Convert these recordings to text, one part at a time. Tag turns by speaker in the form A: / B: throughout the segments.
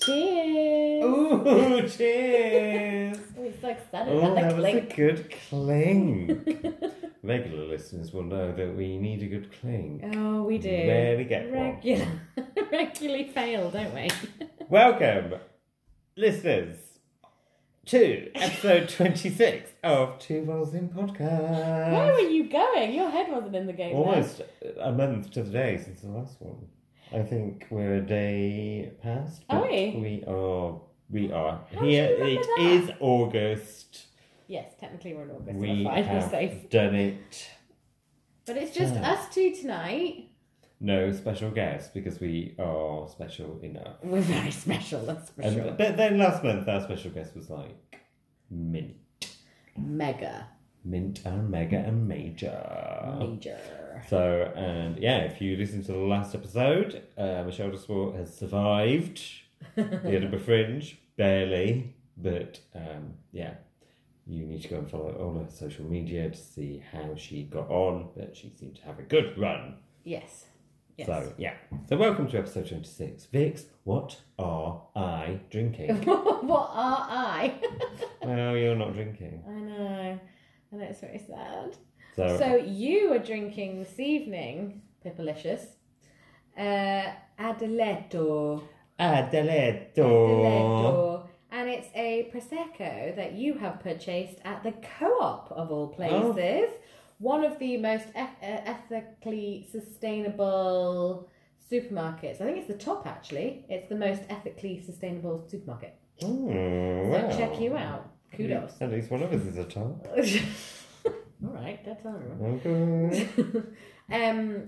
A: Cheers!
B: Ooh, cheers!
A: We're so excited
B: oh,
A: about
B: that
A: the
B: was a
A: clink.
B: good cling. Regular listeners will know that we need a good cling.
A: Oh, we do.
B: Rarely get one.
A: Regular, regularly fail, don't we?
B: Uh, Welcome, listeners, to episode 26 of Two Rolls in Podcast.
A: Where were you going? Your head wasn't in the game. there.
B: Almost a month to the day since the last one. I think we're a day past. but
A: Are we?
B: We are. We are
A: How do
B: here.
A: you remember
B: It
A: that?
B: is August.
A: Yes, technically we're in August.
B: we
A: we're fine. We're
B: have
A: safe.
B: done it.
A: But it's just
B: Yeah.
A: us two tonight.
B: No special guests because we are special enough.
A: We're very special. That's for
B: And-
A: sure.
B: But then last month our special guest was like mint,
A: Mega,
B: mint and mega and major.
A: major.
B: So, and yeah, if you listen to the last episode, uh, Michelle Desport has survived the Edinburgh Fringe, barely, but um, yeah, you need to go and follow all her social media to see how she got on, but she seemed to have a good run.
A: Yes. Yes.
B: So, yeah. So, welcome to episode 26. Vix, what are I drinking?
A: what are I?
B: well, you're not drinking.
A: I know. I know it's very sad.
B: So,
A: So you were drinking this evening, Pippalicious, uh, Adeletto.
B: Oh. Adeletto.
A: Adeletto. And it's a Prosecco that you have purchased at the co-op of all places. One of the most eth- uh, ethically sustainable supermarkets. I think it's the top actually. It's the most ethically sustainable supermarket.
B: Mm,
A: So
B: well.
A: check you out. Kudos.
B: At least one of us is a top.
A: all right, that's all right.
B: Okay.
A: um,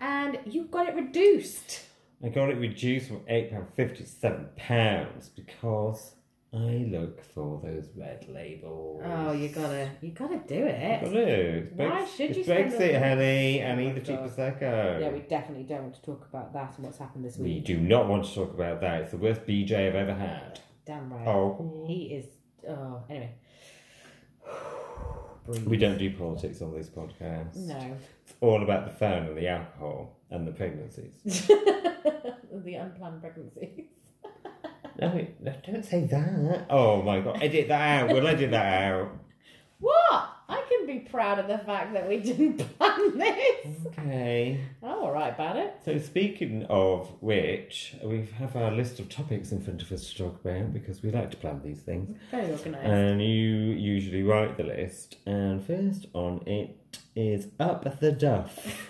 A: and you got it reduced.
B: I got it reduced from eight pound fifty to seven pounds because I look for those red labels.
A: Oh, you gotta, you gotta do
B: I
A: it.
B: do. It's
A: Why
B: Brex-
A: should
B: it's
A: you spend all
B: Brexit,
A: the-
B: honey, and
A: Oh my
B: need the cheap
A: God.
B: prosecco.
A: Yeah, we definitely don't want to talk about that and what's happened this
B: we...
A: week.
B: do not want to talk about that. It's the worst BJ I've ever had.
A: Damn right.
B: Oh,
A: He is. Oh, anyway.
B: we don't do politics on this podcast.
A: No.
B: It's all about the phone and the alcohol and the pregnancies.
A: the unplanned pregnancy.
B: no, no, don't say that. Oh my god, edit that out. We'll edit that out.
A: What? I can be proud of the fact that we didn't plan this.
B: Okay.
A: I'm all right about it.
B: So speaking of which, we have our list of topics in front of us to talk about because we like to plan these things.
A: Very organised.
B: And you usually write the list. And first on it is up the duff,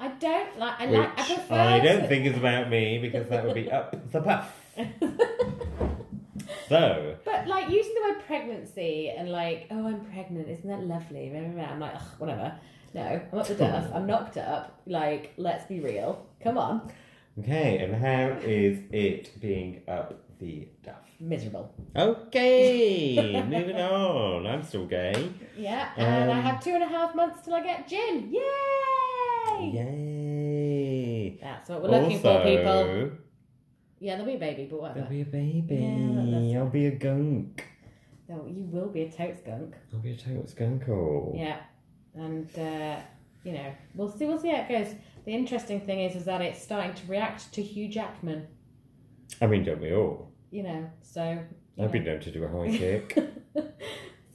A: I don't like. I
B: which
A: like. I prefer.
B: I
A: to-
B: don't think is about me because that would be up the puff. So
A: But like using the word pregnancy and like, oh, I'm pregnant. Isn't that lovely? Blah, blah, blah. I'm like, Ugh, whatever. No, I'm up the duff.
B: Hmm.
A: I'm knocked up. Like, let's be real. Come on.
B: okay, and how is it being up the duff?
A: Miserable.
B: Okay, moving on. I'm still gay.
A: Yeah, and I
B: Um,
A: have two and a half months till I get gin. Yay!
B: Yay.
A: That's what we're looking for, people.
B: Also,
A: Yeah, there'll be a baby, but whatever.
B: There'll be a baby.
A: Yeah, that's-
B: I'll be a gunk.
A: No, you will be a totes skunk.
B: I'll be a total skunkle.
A: Yeah, and uh, you know we'll see. We'll see how it goes. The interesting thing is, is that it's starting to react to Hugh Jackman.
B: I mean, don't we all?
A: You know, so. you
B: I've been
A: know.
B: known to do a high kick.
A: so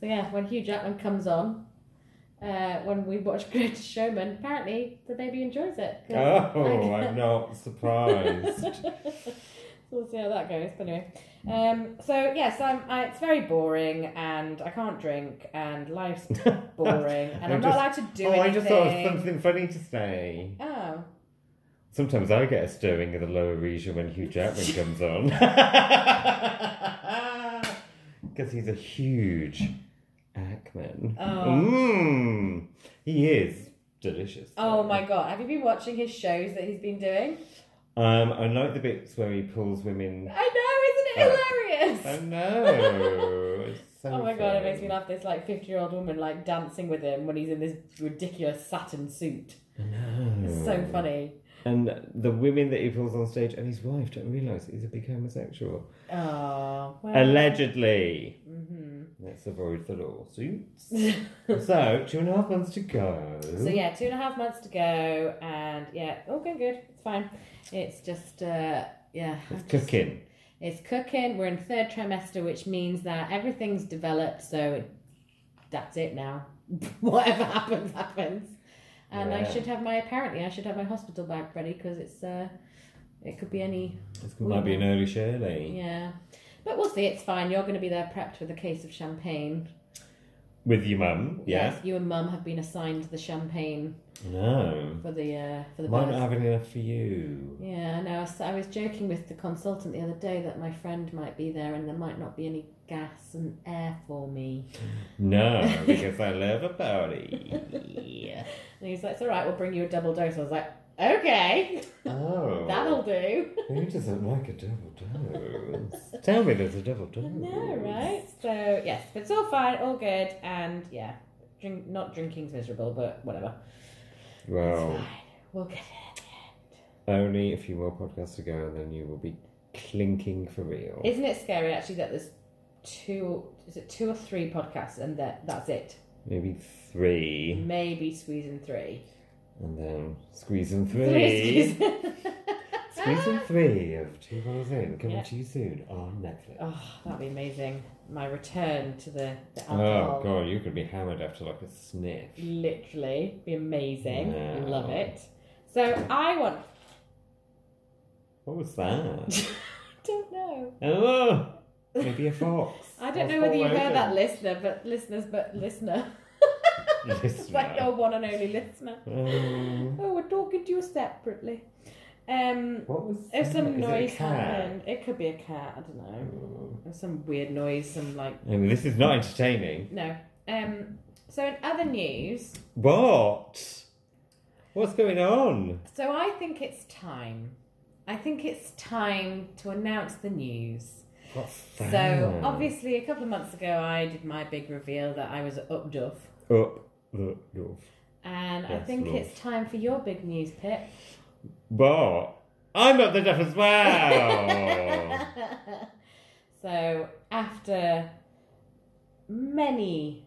A: yeah, when Hugh Jackman comes on. Uh, when we watch Greatest Showman, apparently the baby enjoys it. 'cause
B: oh,
A: I-
B: I'm not surprised.
A: so we'll see how that goes. But anyway, um, so yes, I'm, I, it's very boring, and I can't drink, and life's boring, and I'm,
B: I'm
A: not
B: just-
A: allowed to do
B: oh,
A: anything.
B: I just thought of something funny to say.
A: Oh,
B: Sometimes I get a stirring of the lower region when Hugh Jackman comes on. Because he's a huge Ackman.
A: Oh.
B: Mmm. He is delicious.
A: oh
B: though.
A: my god! Have you been watching his shows that he's been doing?
B: Um, I like the bits where he pulls women.
A: I know, isn't it hilarious?
B: Oh no! It's so
A: Oh my god, it
B: funny.
A: makes me laugh. This like fifty-year-old woman like dancing with him when he's in this ridiculous satin suit.
B: I know.
A: It's so funny.
B: And the women that he pulls on stage and his wife don't realise he's a big homosexual.
A: Oh, well.
B: Allegedly.
A: hmm
B: Let's avoid the lawsuits. so, two and a half months to go.
A: So yeah, two and a half months to go, and yeah, all going good. It's fine. It's just uh, yeah,
B: It's
A: just-
B: cooking.
A: It's cooking. We're in third trimester, which means that everything's developed. So that's it now. Whatever happens, happens. And I
B: Yeah.
A: should have my apparently I should have my hospital bag ready because it's uh, it could be any
B: It might be an early Shirley.
A: yeah. But we'll see. It's fine. You're going to be there prepped with a case of champagne.
B: With your mum, yeah?
A: Yes, you and Mum have been assigned the champagne
B: No.
A: for the uh, for the
B: Might
A: birth.
B: not have enough for you.
A: Yeah, and I was I was joking with the consultant the other day that my friend might be there and there might not be any gas and air for me.
B: No, because I love a party.
A: And he's like, "It's all right. We'll bring you a double dose." I was like, "Okay,
B: Oh.
A: that'll do."
B: Who doesn't like a double dose? Tell me there's a double
A: I
B: dose.
A: know, right? So yes, but it's all fine, all good, and yeah, drink not drinking's miserable, but whatever. It's
B: Well,
A: fine. We'll get
B: only a few more podcasts to go and then you will be clinking for real.
A: it. Isn't it scary actually that there's two? Is it two or three podcasts and that that's it?
B: Maybe three.
A: Maybe squeezing three.
B: And then squeezing
A: Three
B: three. Squeezing three of Two Bottles In coming
A: Yeah.
B: to you soon on Netflix.
A: Oh, that'd be amazing. My return to the, the
B: Oh
A: alcohol.
B: god, you could be hammered after like a sniff.
A: Literally. Be amazing.
B: Wow.
A: Love it. So I want
B: What was that?
A: don't know.
B: oh, maybe a fox.
A: I don't
B: A
A: know whether you heard that
B: fox.
A: listener, but listeners but listener. It's like
B: Listener.
A: your one and only listener.
B: Um,
A: Oh, we're talking to you separately. Um
B: what was?
A: if
B: that? Is
A: some
B: it a
A: noise
B: cat?
A: happened. It could be a cat, I don't know.
B: Oh.
A: There's some weird noise, some like
B: I mean, this is not entertaining.
A: no. Um so in other news,
B: What? What's going on?
A: So I think it's time. I think it's time to announce the news.
B: What's
A: So
B: that?
A: obviously, a couple of months ago, I did my big reveal that I was at Upduff,
B: up the roof.
A: and I
B: Yes,
A: think
B: love.
A: it's time for your big news, Pip.
B: But I'm up the duff as well.
A: so after many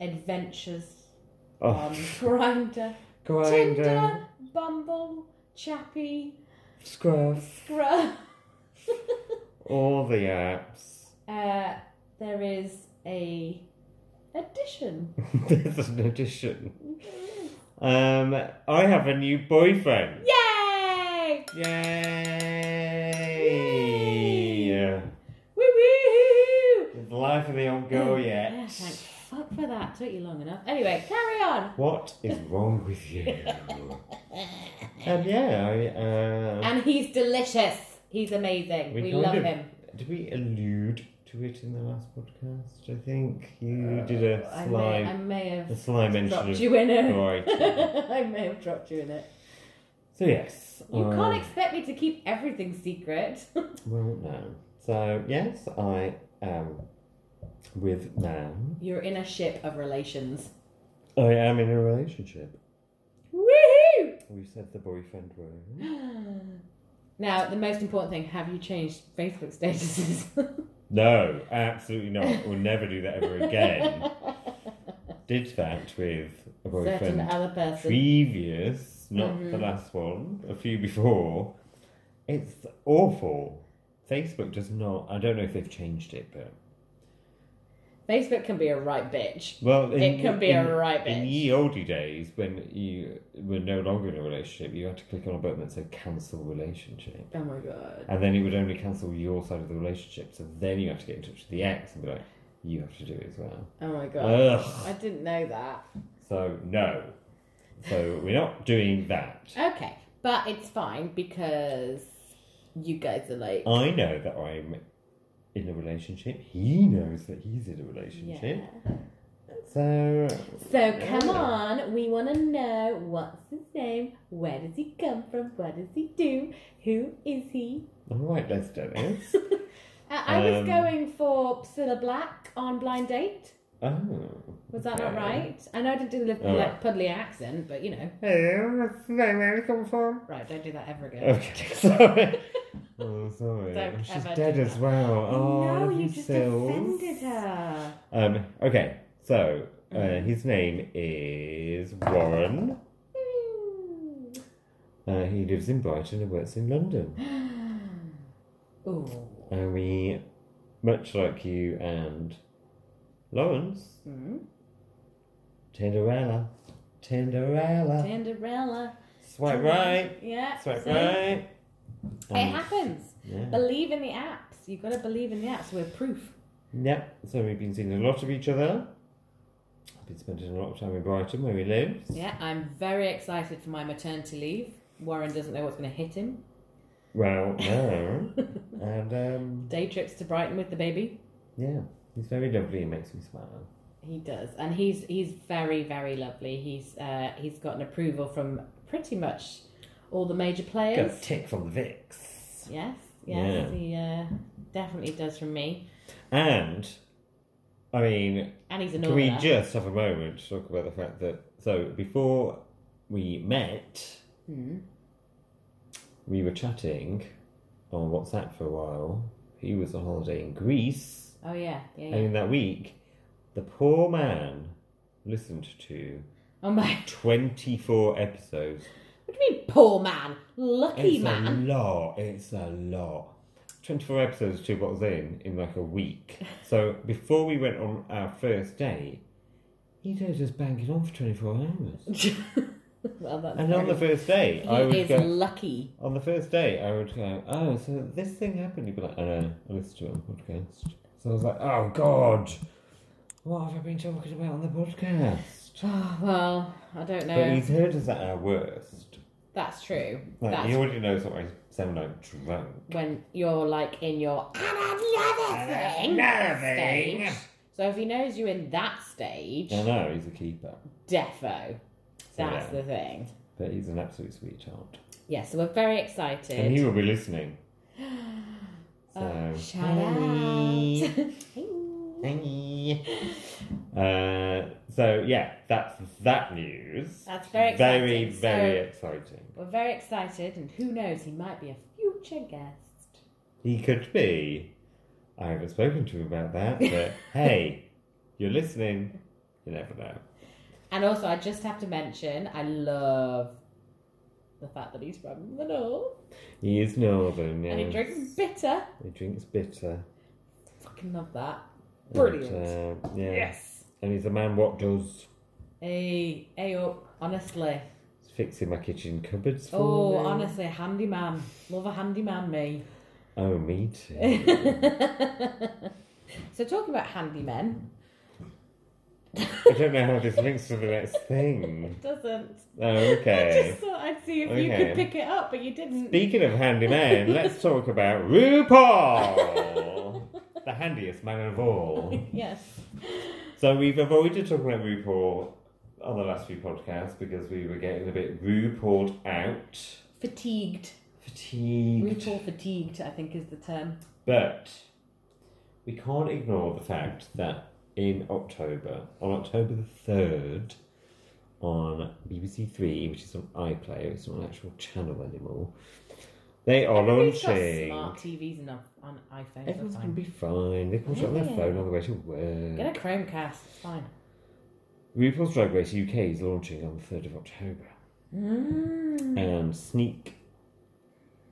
A: adventures on
B: oh,
A: Um, Grinder,
B: grinder,
A: Tinder, Bumble, Chappie,
B: scruff,
A: Scrub.
B: all the apps.
A: Uh, there is a addition.
B: There's an addition. Um, I have a new boyfriend.
A: Yay!
B: Yay!
A: Woo woo!
B: The life of the old girl
A: Oh, Yeah,
B: yet.
A: thank fuck for that. Took you long enough. Anyway, carry on.
B: What is wrong with you? and yeah, I, uh,
A: And he's delicious. He's amazing. We,
B: We kind
A: love
B: of-
A: him.
B: did we allude to it in the last podcast? I think you did a
A: Uh, Oh, I may, I
B: sly,
A: may have
B: a sly mention
A: dropped
B: of
A: you in it.
B: Right.
A: I may have dropped you in it.
B: So yes,
A: You
B: I-
A: can't expect me to keep everything secret.
B: Well, no. So yes, I am with now.
A: You're in a ship of relations.
B: I am in a relationship.
A: Woohoo!
B: We said the boyfriend word.
A: Now, the most important thing have you changed Facebook statuses?
B: No, absolutely not. We'll never do that ever again. Did that with a
A: Certain
B: boyfriend
A: other person.
B: previous, not the
A: Mhm.
B: last one, a few before. It's awful. Facebook does not. I don't know if they've changed it, but
A: Facebook can be a right bitch.
B: well, in,
A: it can be
B: in,
A: a right
B: in
A: bitch.
B: ye olde days when you were no longer in a relationship, you had to click on a button that said cancel relationship.
A: oh my god.
B: And then it would only cancel your side of the relationship. So then you have to get in touch with the ex and be like, you have to do it as well.
A: Oh my god.
B: Ugh.
A: I didn't know that.
B: So, no. So, we're not doing that.
A: Okay, but it's fine because you guys are like.
B: I know that I'm in a relationship. He knows that he's in a
A: yeah.
B: relationship. So,
A: So come
B: Yeah.
A: on, we want to know what's his name, where does he come from, what does he do, who is he?
B: all right, let's do this.
A: Uh, I was
B: Um,
A: going for Priscilla Black on Blind Date.
B: Oh.
A: Was that not
B: okay.
A: right? I know I didn't do the Liverpool
B: Oh.
A: like, Pudley accent, but you know,
B: Hello, what's the name? Where did it come from?
A: right? Don't do that ever again.
B: Okay, sorry. oh, sorry.
A: Don't
B: She's
A: ever do
B: dead as
A: that.
B: well. Oh,
A: no, you
B: you
A: just
B: sills.
A: offended her. Mm.
B: Um, okay, so uh, his name is Warren. Uh, he lives in Brighton and works in London.
A: Ooh.
B: And we, much like you and Lawrence,
A: Mm.
B: Tinderella, Tinderella,
A: Tinderella.
B: swipe right,
A: Yeah.
B: swipe
A: see?
B: right.
A: It
B: And-
A: happens.
B: Yeah.
A: Believe in the apps. You've got to believe in the apps. We're proof.
B: yeah, so we've been seeing a lot of each other. I've been spending a lot of time in Brighton where we live.
A: Yeah, I'm very excited for my maternity leave. Warren doesn't know what's going to hit him.
B: Well, no. and um,
A: Day trips to Brighton with the baby.
B: yeah, he's very lovely and makes me smile.
A: He does, and he's he's very very lovely. He's uh, he's gotten approval from pretty much all the major
B: Got
A: players.
B: a tick from the Vix.
A: Yes, yes,
B: Yeah.
A: he uh, definitely does from me,
B: And, I mean,
A: and he's a
B: Can we
A: northerner.
B: just have a moment to talk about the fact that so before we met,
A: Hmm.
B: we were chatting on WhatsApp for a while. He was on holiday in Greece,
A: Oh yeah, yeah, yeah.
B: and in that week, the poor man listened to
A: oh my,
B: twenty-four episodes.
A: what do you mean, poor man, lucky
B: it's
A: man?
B: a lot. It's a lot. Twenty-four episodes to bottles in in like a week. so before we went on our first date, he'd heard us banging on for twenty-four hours.
A: well, that's
B: And on
A: very-
B: the first day,
A: he
B: I would
A: is
B: go.
A: lucky.
B: On the first day, I would go. Oh, so this thing happened. You'd be like, I know. I listened to it on podcast. So I was like, Oh God, what have I been talking about on the podcast?
A: Oh, well, I don't
B: But
A: know.
B: he's heard us at our worst.
A: That's true.
B: Like
A: That's
B: he already knows what I sound like drunk.
A: when you're like in your and another thing
B: Nothing.
A: stage. So if he knows you in that stage,
B: I know he's a keeper,
A: defo. That's
B: Yeah.
A: the thing.
B: but he's an absolute sweetheart,
A: Yeah, so we're very
B: and he
A: excited.
B: will be listening. So,
A: Oh, shout
B: hey.
A: out.
B: Uh, so yeah, that's that news.
A: That's very
B: very,
A: exciting. So-
B: very exciting.
A: we're very excited, and who knows, he might be a future guest.
B: He could be. I haven't spoken to him about that, but hey, you're listening. You never know.
A: And also, I just have to mention, I love the fact that he's from the north
B: He is northern. Yeah.
A: and he drinks bitter.
B: He drinks bitter.
A: Fucking love that.
B: And,
A: Brilliant.
B: uh, yeah.
A: Yes.
B: And he's a man. What does
A: Hey, hey up, honestly.
B: fixing my kitchen cupboards for
A: Oh,
B: me.
A: honestly, handyman. Love a handyman, me.
B: Oh, me too.
A: so, talking about handymen,
B: I don't know how this links to the next thing.
A: doesn't.
B: Oh,
A: I
B: okay.
A: just thought I'd see if you
B: Okay.
A: could pick it up, but you didn't.
B: Speaking of handyman, let's talk about RuPaul, the handiest man of all.
A: yes.
B: So we've avoided talking about RuPaul on the last few podcasts because we were getting a bit RuPauled out,
A: Fatigued.
B: fatigued.
A: RuPaul fatigued, I think, is the term.
B: But we can't ignore the fact that in October, on October the 3rd, on BBC Three, which is on iPlayer, it's not an actual channel anymore, they are
A: Everybody's got
B: launching.
A: smart TVs and on, on iPhones. they're
B: Everyone's
A: fine.
B: going to be fine. They can watch it on their
A: Yeah.
B: phone on the way to work.
A: Get a Chromecast. It's fine.
B: RuPaul's Drag Race UK is launching on the 3rd of October.
A: Mm.
B: And sneak,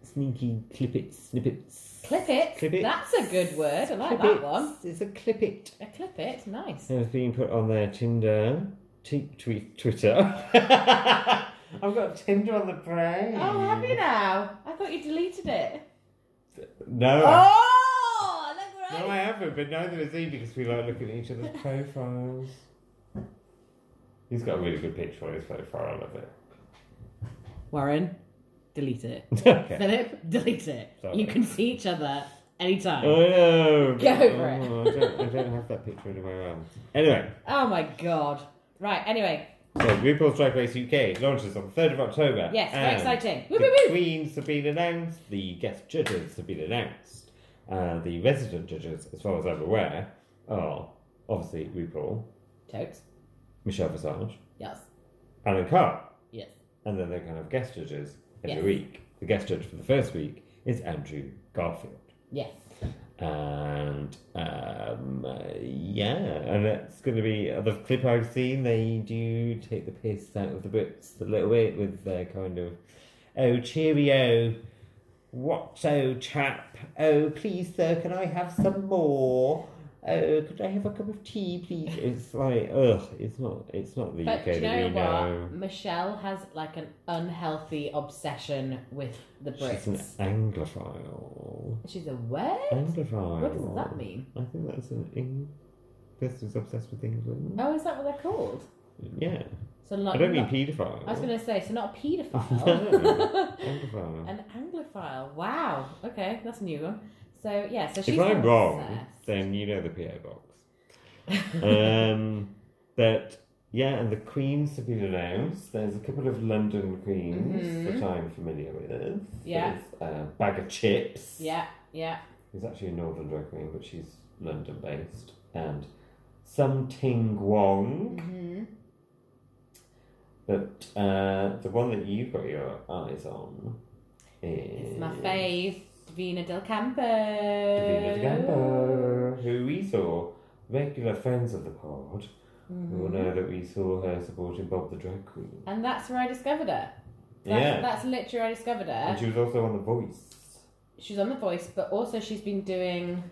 B: sneaky clippets, snippets.
A: Clip it.
B: Clip it.
A: That's a good word. I like
B: Clippets.
A: that one.
B: It's a clippet.
A: A clip it. Nice.
B: Has been put on their Tinder, t- tweet, Twitter. I've got Tinder on the brain.
A: Oh, have you now? I thought you deleted it.
B: No. I-
A: Oh, look
B: No, I haven't, but neither has he because we like looking at each other's profiles. He's got a really good picture on his profile, I love it.
A: Warren, delete it.
B: okay.
A: Philip, delete it.
B: Stop
A: you
B: it.
A: can see each other anytime.
B: Oh no!
A: Get over it.
B: Oh, I, don't, I don't have that picture anywhere else. Anyway,
A: oh my god. Right, anyway,
B: so RuPaul's Drag Race UK launches on the 3rd of October.
A: yes, very
B: and
A: exciting. Woo,
B: The
A: woo, woo.
B: queens have been announced, the guest judges have been announced, uh, the resident judges, as far as I'm aware, are obviously RuPaul,
A: Totes.
B: Michelle Visage,
A: Yes.
B: Alan Carr,
A: Yes.
B: and then they're kind of guest judges every
A: Yes.
B: week. The guest judge for the first week is Andrew Garfield.
A: Yes.
B: and um, uh, yeah, and it's going to be the clip I've seen. They do take the piss out of the Brits a little bit with their kind of oh cheerio, Whatso, chap? Oh, please, sir, can I have some more? Oh, could I have a cup of tea, please? It's like, ugh, it's not, it's not the
A: But
B: UK
A: do you know
B: that we
A: what?
B: know.
A: Michelle has like an unhealthy obsession with the Brits.
B: She's an Anglophile.
A: She's a what?
B: Anglophile.
A: What does that mean?
B: I think that's an Eng. This is obsessed with England.
A: Oh, is that what they're called?
B: Yeah,
A: So not.
B: I don't mean
A: not-
B: paedophile.
A: I was going to say, so not a
B: No.
A: paedophile.
B: Anglophile.
A: An anglophile. Wow. Okay, that's a new one. So yeah, so she's
B: if I'm
A: obsessed.
B: wrong, then you know the PO box. um, but yeah, and the queens have been announced. There's a couple of London queens
A: Mhm.
B: that I'm familiar with.
A: Yeah.
B: There's, uh, Bag of Chips.
A: yeah, yeah.
B: Who's actually a Northern drag queen, but she's London based. And some Ting Wong.
A: hmm
B: But uh, the one that you've got your eyes on is
A: It's my fave, Davina Del Campo.
B: Davina de Gambo, who we saw regular friends of the pod. We all
A: Mhm.
B: know that we saw her supporting Bob the Drag Queen.
A: And that's where I discovered her. That's,
B: yeah,
A: that's literally where I discovered
B: and
A: her.
B: she was also on The Voice.
A: She's on The Voice, but also she's been doing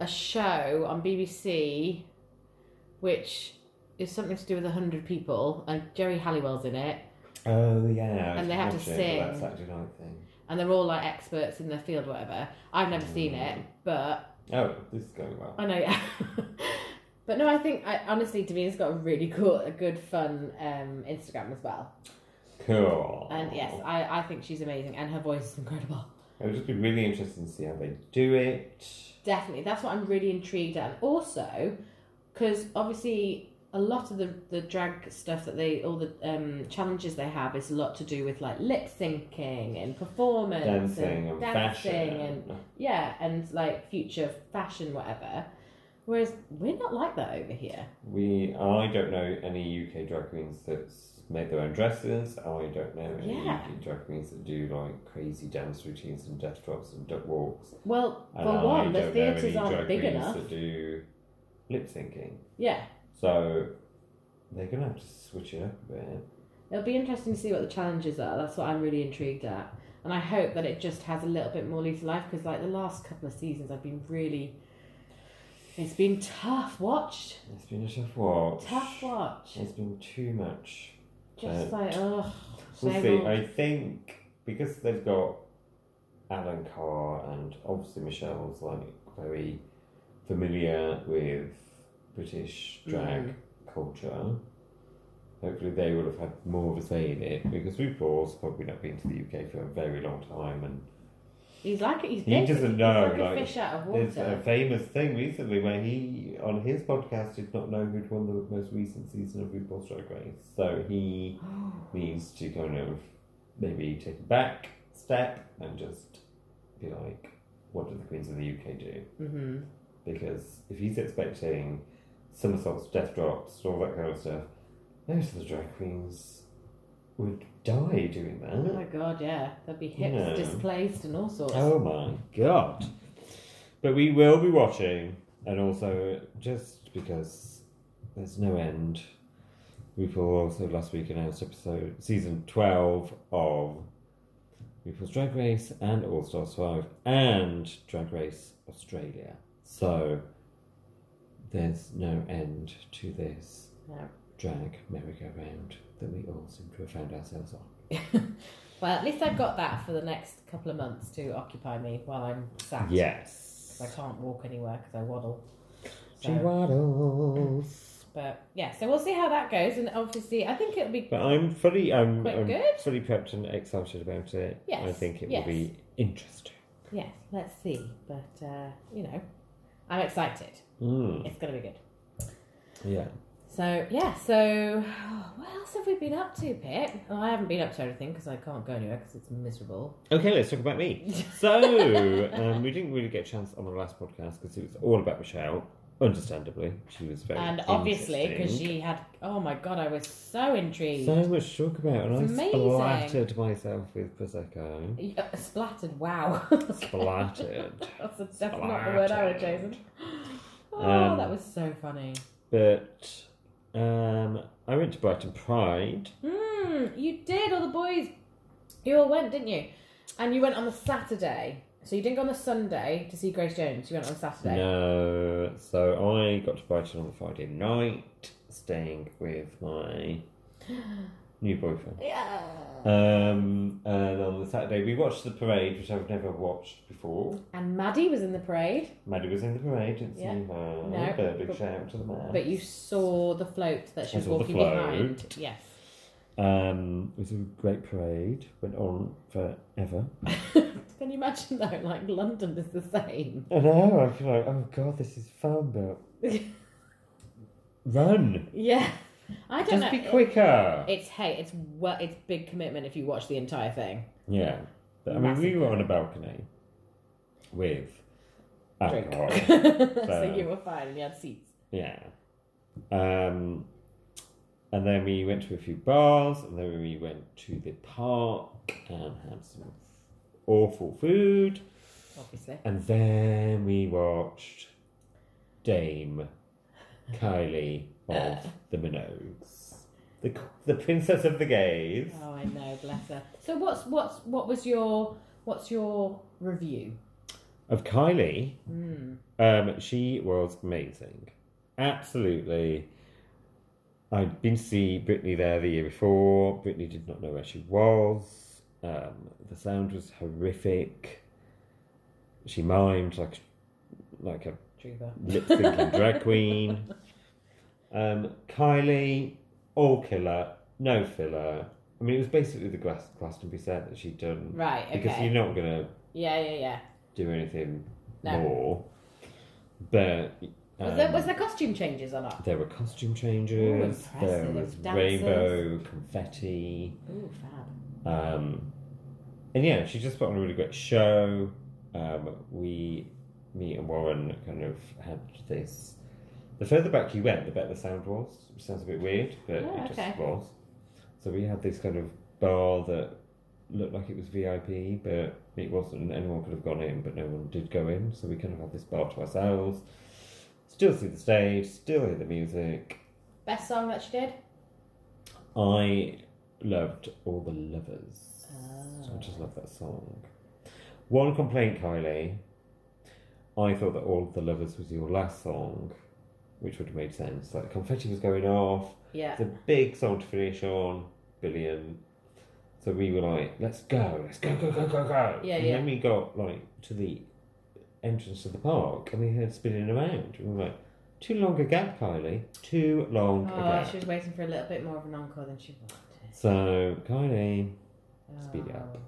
A: a show on BBC, which is something to do with 100 people, and Jerry Halliwell's in it,
B: Oh yeah, I
A: And they have to
B: watched it, but
A: sing.
B: That Saturday night thing.
A: and they're all like experts in their field, whatever. I've never seen it, but
B: Oh, this is going well.
A: I know, yeah. but no, I think, I, honestly, Davina's got a really cool, a good, fun um, Instagram as well.
B: Cool.
A: And yes, I, I think she's amazing, and her voice is incredible.
B: it would just be really interesting to see how they do it.
A: Definitely, that's what I'm really intrigued at. And also, because obviously a lot of the, the drag stuff that they, all the um, challenges they have is a lot to do with like lip syncing and performance
B: Dancing and
A: and dancing
B: fashion.
A: and yeah, and like future fashion, whatever. Whereas we're not like that over here.
B: We, I don't know any UK drag queens that's made their own dresses. I don't know any
A: Yeah.
B: UK drag queens that do like crazy dance routines and death drops and duck walks.
A: Well,
B: And
A: for
B: I
A: one, the
B: don't know any
A: theatres aren't
B: drag
A: big
B: queens
A: enough.
B: that do lip syncing.
A: Yeah,
B: So they're gonna have to switch it up a bit.
A: it'll be interesting to see what the challenges are. That's what I'm really intrigued at, and I hope that it just has a little bit more lease of life because, like the last couple of seasons, I've been really. It's been tough watched,
B: It's been a tough watch.
A: tough watch.
B: It's been too much.
A: Just like ugh.
B: Uh, We'll
A: same
B: see.
A: old-
B: I think because they've got Alan Carr and obviously Michelle's like very familiar with British drag
A: Mm.
B: culture. Hopefully, they will have had more of a say in it because RuPaul's probably not been to the UK for a very long time, and
A: He's like he's
B: He
A: big,
B: doesn't
A: he's
B: know,
A: like a
B: like, uh,
A: fish out of
B: there's a
A: water.
B: famous thing recently where he on his podcast did not know who'd won the most recent season of RuPaul's Drag Race, so he needs to kind of maybe take a back step and just be like, what do the queens of the UK do?
A: hmm
B: Because if he's expecting somersaults, death drops, and all that kind of stuff, most of the drag queens would die doing
A: Oh
B: that.
A: my god, yeah, there'd be hips
B: Yeah.
A: displaced and all sorts.
B: Oh my god! But we will be watching, and also just because there's no end. RuPaul also last week announced episode season twelve of RuPaul's Drag Race and All Stars Five and Drag Race Australia. So there's no end to this
A: No.
B: drag merry-go-round that we all seem to have found ourselves on.
A: Well, at least I've got that for the next couple of months to occupy me while I'm sat.
B: Yes.
A: 'Cause I can't walk anywhere because I waddle.
B: She
A: So-
B: waddles.
A: But yeah, so we'll see how that goes, and obviously, I think it'll be
B: But I'm fully, I'm,
A: Quite
B: I'm
A: good.
B: fully prepped and excited about it.
A: Yes,
B: I think it
A: yes.
B: will be interesting.
A: yes. Let's see, but uh, you know, I'm excited.
B: Mm.
A: It's gonna be good.
B: Yeah.
A: So yeah, so what else have we been up to, Pip? Well, I haven't been up to anything because I can't go anywhere because it's miserable.
B: Okay, let's talk about me. So, um, we didn't really get a chance on the last podcast because it was all about Michelle. Understandably, she was very
A: and obviously, because
B: interesting.
A: she had, oh my god, I was so intrigued.
B: so much to talk about, and
A: It's
B: I
A: amazing.
B: splattered myself with prosecco.
A: Yeah, uh, splattered. Wow.
B: Splattered.
A: That's, a, that's not the word I would have chosen. Oh,
B: Um,
A: that was so funny.
B: But um, I went to Brighton Pride.
A: Hmm, Mm, you did. All the boys, you all went, didn't you? And you went on the Saturday. So you didn't go on the Sunday to see Grace Jones. You went on Saturday.
B: No, so I got to Brighton on Friday night, staying with my new boyfriend.
A: Yeah.
B: Um, and on the Saturday we watched the parade, which I've never watched before.
A: and Maddie was in the parade,
B: Maddie was in the parade, didn't
A: Yeah.
B: see her.
A: No,
B: but a big
A: but-
B: shout out to the man.
A: but you saw the float that she
B: I
A: was
B: saw the
A: walking
B: float.
A: behind. Yes.
B: Um, it was a great parade. Went on forever.
A: Can you imagine though? Like London is the same.
B: I know. I feel like, oh god, this is fun, but run.
A: Yeah. I don't
B: Just be
A: know.
B: quicker.
A: It's hey, it's well, it's big commitment if you watch the entire thing.
B: yeah, but I mean, we
A: Massive.
B: were on a balcony with Ah,
A: Drink.
B: alcohol.
A: so
B: So-
A: you were fine, and you had seats.
B: yeah. Um, and then we went to a few bars, and then we went to the park and had some awful food.
A: Obviously.
B: And then we watched Dame Kylie of the Minogues, the the princess of the gays.
A: Oh, I know, bless her. So what's what's what was your what's your review?
B: Of Kylie,
A: Mm.
B: um, she was amazing, absolutely. I'd been to see Britney there the year before. Britney did not know where she was. Um, the sound was horrific. She mimed like like a
A: Truther.
B: lip syncing drag queen. Um, Kylie, all killer, no filler. I mean, it was basically the Glas- Glastonbury set that she'd done
A: Right. Okay.
B: because you're not gonna
A: Yeah, yeah, yeah.
B: do anything
A: No.
B: more. But
A: Was,
B: um,
A: there, was there costume changes or not?
B: there were costume
A: Ooh,
B: changes.
A: impressive.
B: there was
A: Dancers.
B: rainbow confetti.
A: Ooh, fab.
B: Um, and yeah, she just put on a really great show. Um, we, me and Warren, kind of had this. The further back you went, the better the sound was. Which sounds a bit weird, but
A: Oh,
B: it just
A: okay.
B: was. So we had this kind of bar that looked like it was VIP, but it wasn't. and Anyone could have gone in, but no one did go in. So we kind of had this bar to ourselves. Still see the stage, still hear the music.
A: Best song that she did?
B: I loved All the Lovers.
A: Oh.
B: I just love that song. One complaint, Kylie. I thought that All the Lovers was your last song, which would have made sense. Like, confetti was going off.
A: Yeah.
B: It's a big song to finish on. Billion. So we were like, let's go, let's go, go, go, go, go.
A: Yeah,
B: and
A: yeah.
B: then we got, like, to the entrance to the park and we heard spinning around. We were like, too long a gap, Kylie. Too long a
A: Oh,
B: gap.
A: she was waiting for a little bit more of an encore than she wanted.
B: So, Kylie, Speed it
A: Oh.
B: up.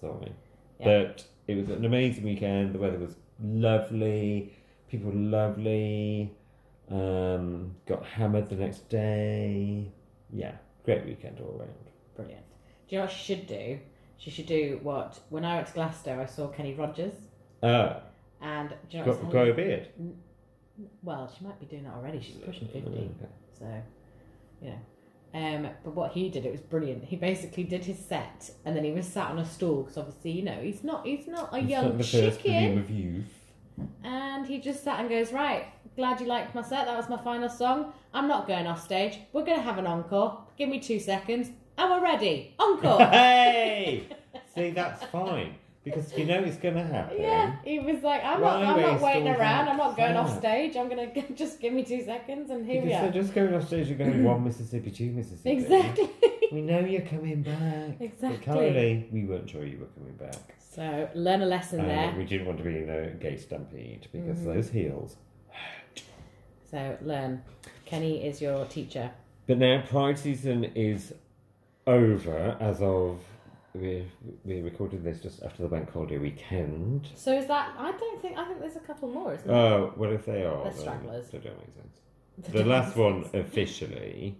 B: sorry.
A: Yeah.
B: But it was an amazing weekend. The weather was lovely. People were lovely. Um, got hammered the next day. Yeah, great weekend all around.
A: Brilliant. Do you know what she should do? She should do what? When I went to Glasgow, I saw Kenny Rogers.
B: Ah,
A: And do you know what
B: got,
A: was
B: grow a
A: hilarious?
B: beard.
A: Well, she might be doing that already. She's pushing 50.
B: Okay.
A: So, you know. Um, but what he did, it was brilliant. He basically did his set and then he was sat on a stool because obviously, you know, he's not he's not a
B: It's
A: young
B: not the first bloom
A: chicken.
B: of youth.
A: And he just sat and goes, Right, glad you liked my set. That was my final song. I'm not going off stage. We're going to have an encore. Give me two seconds. And we're ready. Encore.
B: hey! See, that's fine. Because you know it's going to happen.
A: Yeah, he was like, I'm
B: Why
A: not, I'm not
B: waste
A: waiting
B: all
A: around.
B: that
A: I'm not going off
B: time?
A: stage. I'm gonna just give me two seconds, and here
B: Because
A: we
B: they're
A: are.
B: just going off stage, you're going one Mississippi, two Mississippi.
A: Exactly.
B: We know you're coming back.
A: Exactly.
B: But Kylie, we weren't sure you were coming back.
A: So learn a lesson
B: Uh,
A: there.
B: We didn't want to be in a gay stampede because
A: Mhm.
B: those heels.
A: So learn. Kenny is your teacher.
B: But now Pride season is over as of we're, we're recording this just after the bank holiday weekend.
A: So is that? I don't think. I think there's a couple more, isn't there?
B: Oh, well, if they are,
A: They're
B: then
A: Mm-hmm. stragglers.
B: They don't make sense. The last one officially,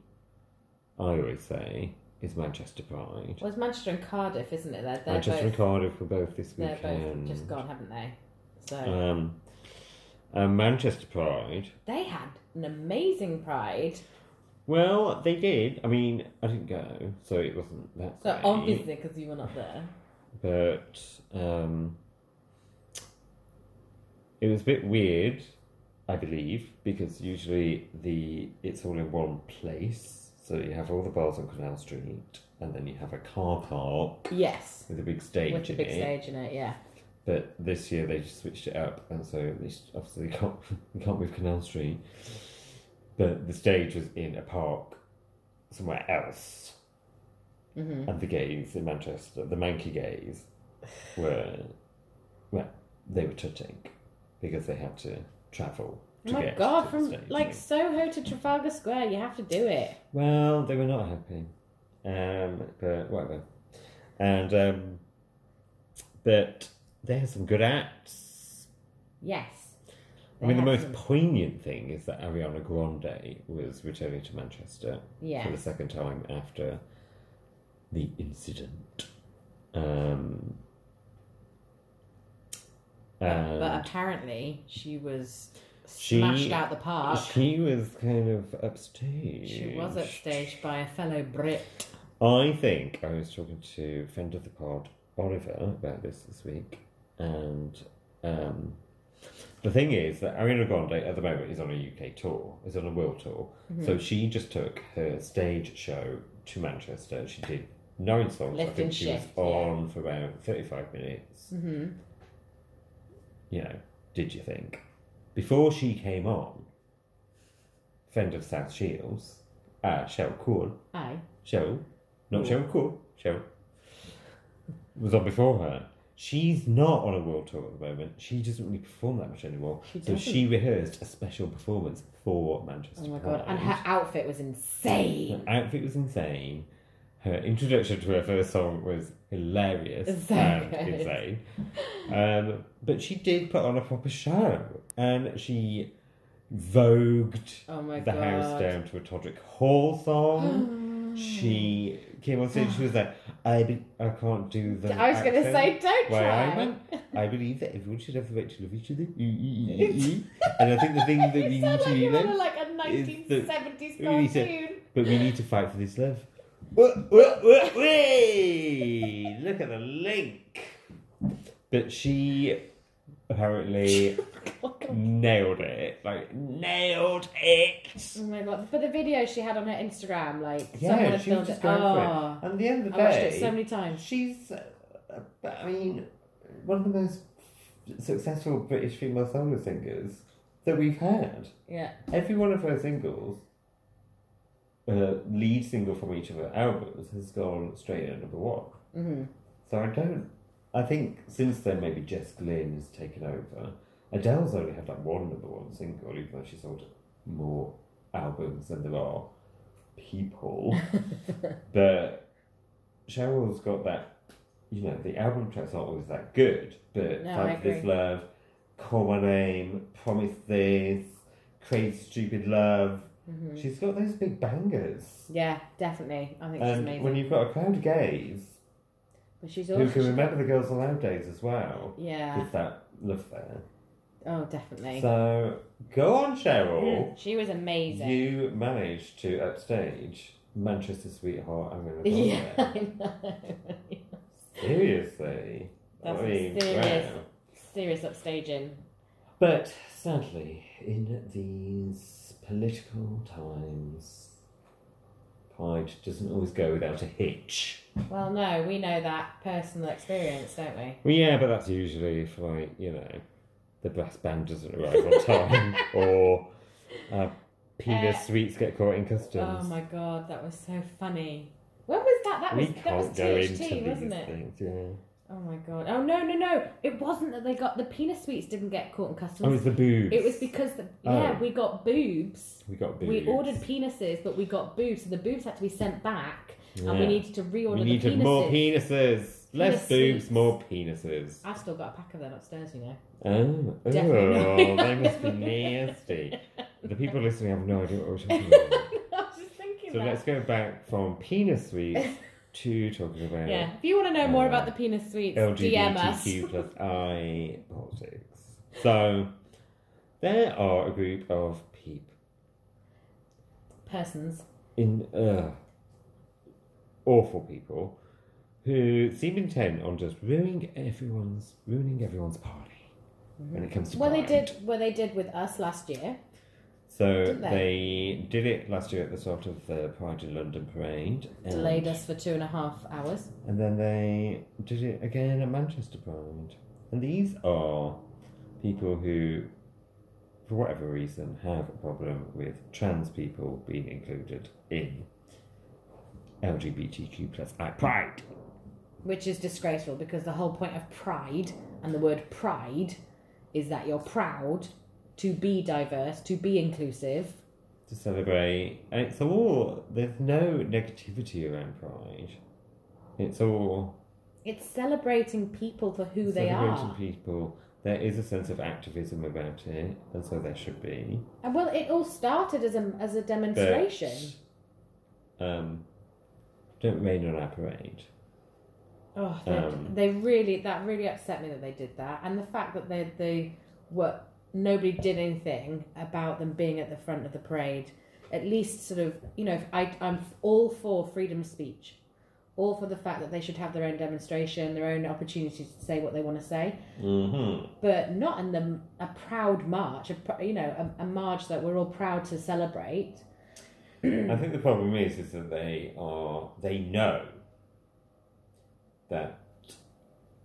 B: I always say, is Manchester Pride.
A: was Manchester and Cardiff, isn't it? They're, they're
B: Manchester and
A: both,
B: Cardiff were both this
A: They're
B: weekend.
A: both just gone, haven't they? So
B: Um, and Manchester Pride.
A: they had an amazing pride.
B: Well, they did. I mean, I didn't go, so it wasn't that.
A: So
B: great.
A: obviously, because you were not there.
B: but um, it was a bit weird, I believe, because usually the it's all in one place, so that you have all the bars on Canal Street, and then you have a car park
A: Yes.
B: with a big stage
A: With the
B: in
A: big
B: it.
A: stage in it, yeah.
B: But this year they just switched it up, and so at least obviously they can't they can't move Canal Street. But the stage was in a park somewhere else,
A: Mm-hmm.
B: and the gays in Manchester, the manky gays, were well, they were touching because they had to travel.
A: Oh
B: To
A: my
B: get
A: god,
B: to
A: from
B: the stage.
A: like Soho to Trafalgar Square, you have to do it.
B: Well, they were not happy. Um, but whatever. And um, but they had some good acts.
A: Yes.
B: I mean, the
A: They had
B: most
A: some-
B: poignant thing is that Ariana Grande was returning to Manchester for
A: Yeah.
B: the second time after the incident. Um,
A: But,
B: and-
A: but apparently she was
B: She-
A: smashed out the park.
B: She was kind of upstage.
A: She was upstaged by a fellow Brit.
B: I think I was talking to friend of the pod, Oliver, about this this week, and um, the thing is that Ariana Grande at the moment is on a UK tour, is on a world tour.
A: Mm-hmm.
B: So she just took her stage show to Manchester. She did nine songs. I
A: Lift
B: think
A: and
B: she
A: shift, yeah.
B: was on for about thirty-five minutes.
A: Mm-hmm.
B: you know, did you think? Before she came on, friend of South Shields, uh, Cheryl Kuhn,
A: Aye.
B: Cheryl, not
A: Kuhn.
B: Cheryl Kuhn, Cheryl, was on before her. She's not on a world tour at the moment. She doesn't really perform that much anymore.
A: She
B: so
A: doesn't.
B: she rehearsed a special performance for Manchester.
A: Oh my god. And
B: Pride.
A: her outfit was
B: Her
A: insane.
B: outfit was insane. Her introduction to her first song was hilarious
A: So
B: and
A: good.
B: insane. Um, but she did put on a proper show and she vogued
A: Oh my
B: the
A: god.
B: house down to a Todrick Hall song.
A: Mm.
B: she came on stage, she was like, I, be- I can't do the.
A: I was going to
B: accent
A: say, don't
B: why
A: try.
B: I meant, I believe that everyone should have the right to love each other. and I think the thing that
A: You
B: we need
A: sound
B: to
A: like you're
B: remember.
A: on a, like a
B: is the-
A: 1970s
B: we need to-
A: cartoon.
B: But we need to fight for this love. Look at the link. But she apparently nailed it. Like, nailed it.
A: Oh my god! But the video she had on her Instagram, like someone
B: Yeah,
A: had
B: she was
A: filmed
B: just
A: it.
B: going
A: Oh,
B: for it. And at the end of
A: I
B: the
A: watched it so
B: day,
A: many times.
B: she's, uh, I mean, one of the most successful British female solo singers that we've had.
A: Yeah,
B: Every one of her singles, uh, lead single from each of her albums, has gone straight at number one.
A: mm-hmm.
B: So I don't. I think since then maybe Jess Glynn has taken over. Adele's only had like one number one single, even though she sold more albums than there are people. but Cheryl's got that. You know, the album track's not always that good, but
A: No, I
B: like this
A: agree.
B: love, call my name, promise this, crazy stupid love.
A: Mm-hmm.
B: She's got those big bangers.
A: yeah, definitely. I think she's
B: And
A: amazing.
B: when you've got a crowd of gays
A: but she's
B: who can
A: also
B: remember the girls allowed days as well.
A: yeah.
B: With that love there.
A: Oh, definitely.
B: So go on, Cheryl.
A: Mm, She was amazing.
B: You managed to upstage Manchester Sweetheart. I'm going to
A: yeah, I know.
B: Seriously.
A: That's
B: I mean,
A: serious.
B: wow.
A: Serious upstaging.
B: But sadly, in these political times, pride doesn't always go without a hitch.
A: Well, no, we know that personal experience, don't we?
B: Well, yeah, but that's usually if, like, you know, the brass band doesn't arrive on time or uh, penis
A: Uh,
B: sweets get caught in customs.
A: Oh my god, that was so funny. When was that? That
B: we
A: was that was
B: can't go into
A: THT,
B: these
A: wasn't it?
B: things, yeah.
A: Oh my god. Oh no, no, no. It wasn't that they got the penis sweets didn't get caught in customs.
B: Oh, it's the boobs.
A: It was because the, yeah,
B: Oh.
A: we got boobs.
B: we got boobs.
A: We ordered penises, but we got boobs, so the boobs had to be sent back, and
B: Yeah.
A: we needed to reorder the
B: We needed
A: penises.
B: more penises. Less
A: Penis
B: boobs,
A: sweets.
B: more penises.
A: I've still got a pack of them upstairs, you know.
B: Oh, oh
A: Definitely not.
B: they must be nasty. The people listening have no idea what we're talking about.
A: I was just thinking
B: so
A: that.
B: let's go back from penis sweets to talking about
A: Yeah, if you want to know more
B: Uh,
A: about the penis sweets, DM us.
B: LGBTQ plus I politics. So there are a group of people
A: Persons.
B: in uh, awful people who seem intent on just ruining everyone's ruining everyone's party when it comes to
A: Well, they
B: pride.
A: did. Well, they did with us last year.
B: So
A: Didn't
B: they? did it last year at the sort of the Pride in London parade. and-
A: Delayed us for two and a half hours.
B: And then they did it again at Manchester Pride. And these are people who, for whatever reason, have a problem with trans people being included in LGBTQ plus Pride.
A: which is disgraceful because the whole point of pride and the word pride is that you're proud to be diverse, to be inclusive.
B: to celebrate. And it's all, there's no negativity around Pride. It's all
A: It's celebrating people for who they
B: celebrating
A: are.
B: people. There is a sense of activism about it, and so there should be.
A: And well, it all started as a as a demonstration.
B: But, um, don't rain on our parade.
A: oh, they,
B: um,
A: they really that really upset me that they did that, and the fact that they they were nobody did anything about them being at the front of the parade. At least, sort of, you know, I, I'm all for freedom of speech, all for the fact that they should have their own demonstration, their own opportunity to say what they want to say.
B: Mm-hmm.
A: but not in the a proud march, a, pr- you know, a, a march that we're all proud to celebrate.
B: I think the problem is, is that they are, they know that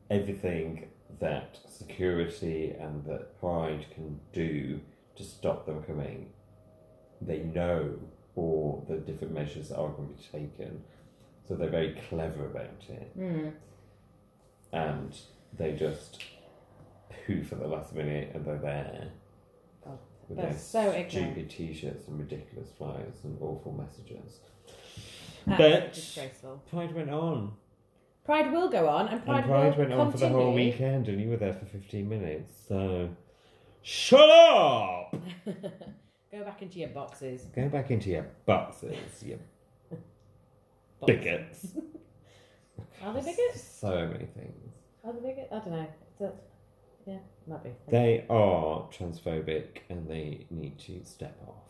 B: everything that security and that Pride can do to stop them coming, they know all the different measures that are going to be taken. So they're very clever about it.
A: Mm.
B: And they just poof at the last minute and they're there.
A: Oh,
B: with
A: They're
B: their
A: so ignorant.
B: stupid t-shirts and ridiculous flyers and awful messages.
A: Absolutely
B: But-
A: disgraceful.
B: Pride went on.
A: Pride will go on, and Pride,
B: and Pride
A: will
B: went
A: continue.
B: on for the whole weekend, and you were there for 15 minutes, so. Shut up!
A: Go back into your boxes.
B: Go back into your boxes, you
A: Box-
B: bigots.
A: Are they bigots?
B: So many things.
A: Are they bigots? I don't know. It's a, yeah, might be.
B: They are transphobic and they need to step off.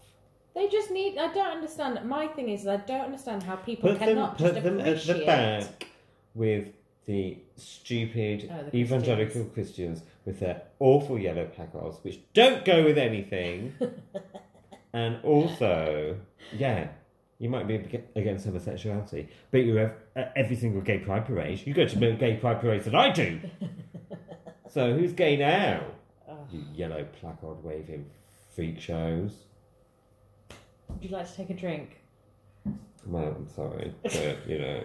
A: They just need. I don't understand. My thing is, I don't understand how people
B: Put them,
A: cannot
B: put
A: just
B: them at
A: appreciate.
B: the back with the stupid
A: Oh, the
B: evangelical Christians with their awful yellow placards, which don't go with anything. and also, yeah, you might be ag- against homosexuality, but you have at every single gay pride parade. You go to more gay pride parades than I do. so who's gay now?
A: Ugh.
B: You yellow placard waving freak shows.
A: Would you like to take a drink?
B: Well, I'm sorry, but you know,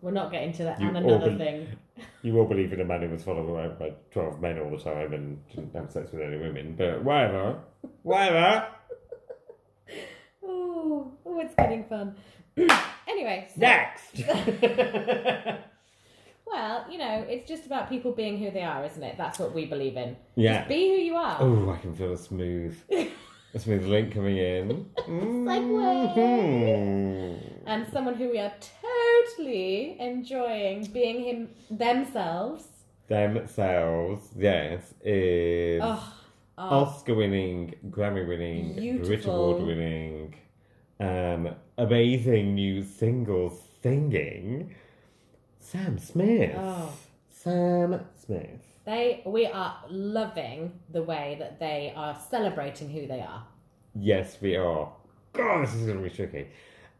A: We're not getting to that
B: You
A: and another
B: organ-
A: thing.
B: you all believe in a man who was followed around by twelve men all the time and didn't have sex with any women. But whatever, whatever.
A: Oh, oh, it's getting fun. anyway, so,
B: Next.
A: well, you know, it's just about people being who they are, isn't it? That's what we believe in.
B: yeah.
A: Be who you are.
B: Oh, I can feel a smooth, a smooth link coming in. Mhm.
A: And someone who we are totally enjoying being him themselves.
B: Themselves, yes, is
A: Oh, oh,
B: Oscar-winning, Grammy-winning, Brit
A: Beautiful.
B: Award-winning, um, amazing new single singing, Sam Smith.
A: Oh.
B: Sam Smith.
A: they we are loving the way that they are celebrating who they are.
B: Yes, we are. God, this is going to be tricky.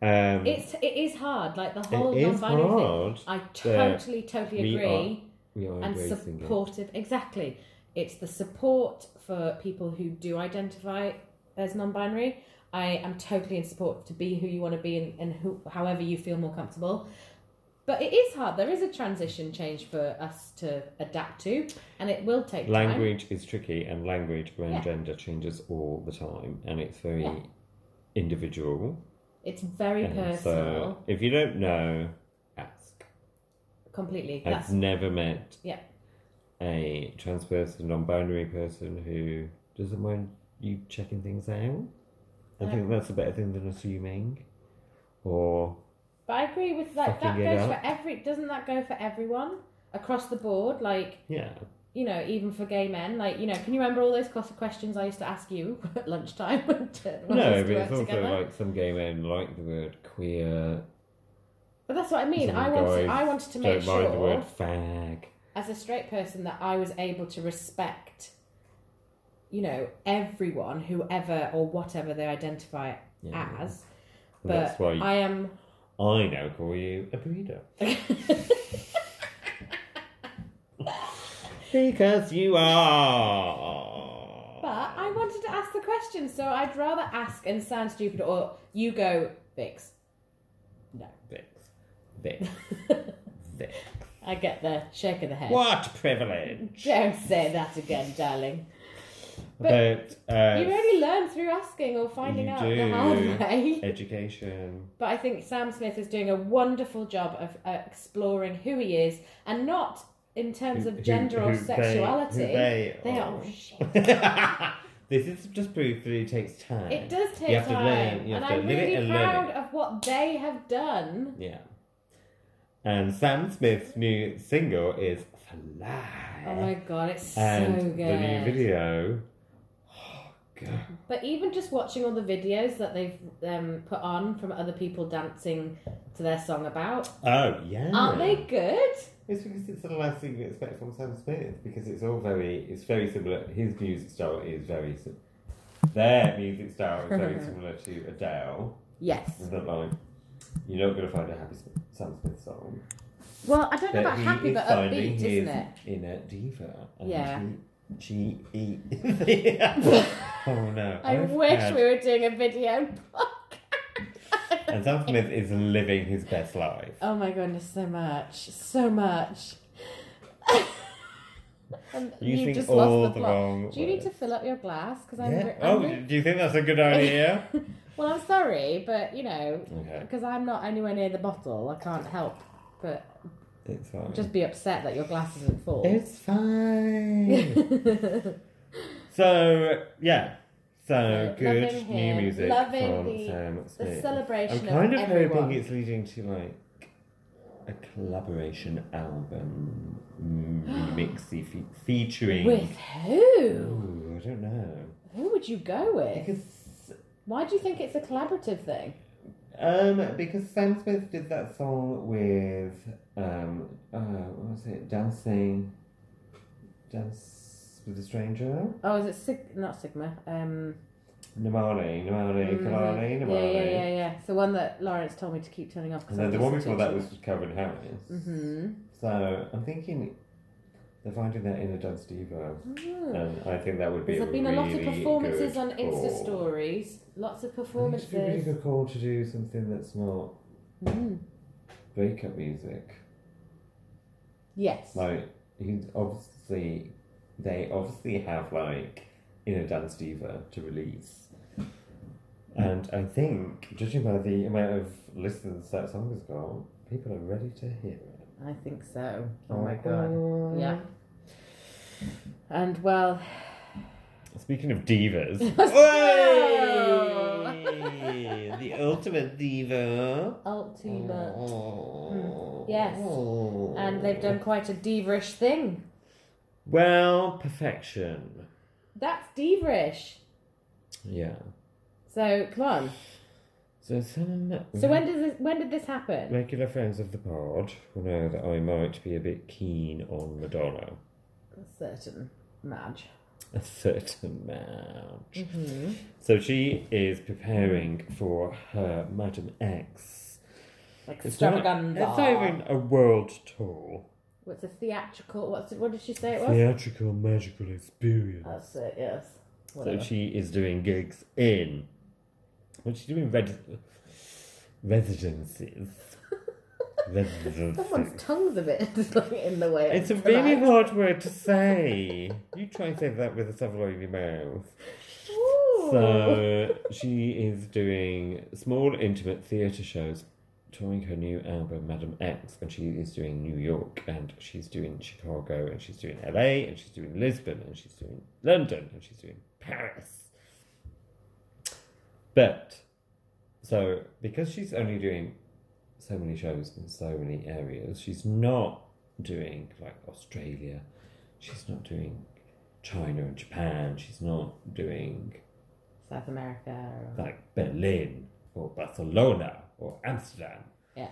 B: Um,
A: It's it is hard, like the
B: it
A: whole
B: is
A: non-binary thing.
B: hard.
A: I totally, totally
B: we
A: agree.
B: We are
A: and
B: embracing it.
A: supportive. Exactly. It's the support for people who do identify as non-binary. I am totally in support to be who you want to be and, and who, however you feel more comfortable. But it is hard. There is a transition change for us to adapt to, and it will take time.
B: Language is tricky, and language around
A: Yeah.
B: gender changes all the time, and it's very
A: Yeah.
B: individual.
A: It's very
B: And
A: personal.
B: So if you don't know, ask.
A: Completely.
B: I've
A: That's
B: never met
A: Yeah.
B: a trans person, non binary person who doesn't mind you checking things out. I
A: No.
B: think that's a better thing than assuming. Or
A: But I agree with that. That
B: Fucking
A: goes
B: get
A: for
B: out.
A: every. Doesn't that go for everyone across the board? Like
B: yeah.
A: you know, even for gay men, like, you know, can you remember all those class questions I used to ask you at lunchtime? when we
B: no,
A: used
B: but
A: to
B: it's
A: work
B: also
A: together?
B: like some gay men like the word queer.
A: But that's what I mean.
B: Some
A: I wanted,
B: guys
A: I wanted to
B: Don't
A: make
B: mind
A: sure,
B: the word fag.
A: as a straight person, that I was able to respect you know, everyone, whoever or whatever they identify
B: Yeah.
A: as.
B: And that's
A: But
B: why
A: I am.
B: I now call you a burrito. Because you are.
A: But I wanted to ask the question, so I'd rather ask and sound stupid, or you go, Vix.
B: Vix. Vix. Vix.
A: I get the shake of the head.
B: What privilege!
A: Don't say that again, darling.
B: But, uh,
A: you only learn through asking or finding
B: you
A: out the hard
B: do.
A: way.
B: education.
A: But I think Sam Smith is doing a wonderful job of uh, exploring who he is, and not in terms
B: Who-
A: of
B: who-
A: gender
B: who
A: or
B: they-
A: sexuality.
B: who
A: they,
B: they
A: are.
B: are.
A: oh, shit.
B: this is just proof that it takes time.
A: It does take
B: You have to
A: time,
B: learn, you have
A: and
B: to
A: I'm
B: live it
A: really
B: and learn
A: proud of what they have done.
B: Yeah. And Sam Smith's new single is Fly.
A: Oh my god, it's
B: and
A: so good.
B: the new video. Oh god.
A: But even just watching all the videos that they've um, put on from other people dancing to their song about,
B: Oh yeah.
A: aren't they good?
B: It's because it's the last thing you expect from Sam Smith because it's all very, it's very similar. His music style is very, si- their music style is very similar to Adele.
A: Yes.
B: Is that like, you're not going to find a happy Sm- Sam Smith song.
A: Well, I don't know about
B: he
A: happy,
B: is
A: but
B: finding
A: upbeat,
B: his
A: isn't it?
B: Inner diva. And
A: Yeah.
B: She, she eat. oh no.
A: I
B: I've
A: wish
B: had-
A: we were doing a video.
B: And Sam Smith is living his best life.
A: oh my goodness, so much, so much. and
B: Using
A: you just
B: all
A: lost
B: the
A: the plot.
B: wrong.
A: Do you need to
B: words.
A: fill up your glass? Because I'm,
B: Yeah.
A: re- I'm
B: Oh,
A: re-
B: do you think that's a good idea?
A: well, I'm sorry, but you know,
B: okay,
A: because I'm not anywhere near the bottle, I can't help but
B: it's fine.
A: just be upset that your glass isn't full.
B: It's fine. so yeah, so
A: So,
B: good
A: loving
B: new
A: him,
B: music
A: loving
B: from
A: the-
B: Sam
A: the
B: Smith.
A: celebration
B: I'm kind of
A: everyone.
B: hoping it's leading to like a collaboration album, mm, mixy fe- featuring.
A: With who?
B: Ooh, I don't know.
A: Who would you go with?
B: Because
A: Why do you think it's a collaborative thing?
B: Um, because Sam Smith did that song with um, uh, what was it? Dancing, dance with a stranger.
A: Oh, is it Sig- not Sigma? Um,
B: Namale, Namale,
A: mhm.
B: Kalale, Namale.
A: Yeah, yeah, yeah, yeah. It's the one that Lawrence told me to keep turning off.
B: And then the one before that was Calvin Harris.
A: Mm-hmm.
B: So I'm thinking they're finding their inner dance diva, and I think that would Uh, be.
A: There's
B: a
A: been a lot of
B: really
A: performances
B: good
A: on Insta
B: call.
A: stories. Lots of
B: I think It'd be a really
A: performances.
B: good call to do something that's not
A: Mm.
B: breakup music.
A: Yes.
B: Like he's obviously they obviously have like inner dance diva to release. And I think, judging by the amount of listens that song has got, people are ready to hear it.
A: I think so. Oh my god. Yeah. And well,
B: Speaking of divas.
A: Let's go!
B: Hey! the ultimate diva.
A: Ultima.
B: Oh.
A: Yes. And they've done quite a diva-ish thing.
B: Well, perfection.
A: That's diva-ish.
B: Yeah.
A: So come on.
B: So some
A: So when does this, when did this happen?
B: regular friends of the pod will know that I might be a bit keen on Madonna.
A: A certain Madge.
B: A certain match.
A: Mm-hmm.
B: So she is preparing for her Madam X.
A: Like
B: It's not-
A: extravaganza.
B: It's not even a world tour.
A: What's a theatrical? What's it, what did she say it was?
B: Theatrical magical experience.
A: That's it. Yes.
B: So
A: Whatever.
B: she is doing gigs in. What's she doing? Red- residences. residences.
A: Someone's tongue's a bit like in the way.
B: It's a
A: tonight.
B: really hard word to say. you try and say that with a several in your mouth.
A: Ooh.
B: So she is doing small, intimate theatre shows, touring her new album Madam X, and she is doing New York, and she's doing Chicago, and she's doing LA, and she's doing Lisbon, and she's doing London, and she's doing Paris. But so because she's only doing so many shows in so many areas, she's not doing like Australia, she's not doing China and Japan, she's not doing
A: South America.
B: like Berlin or Barcelona or Amsterdam.
A: Yeah.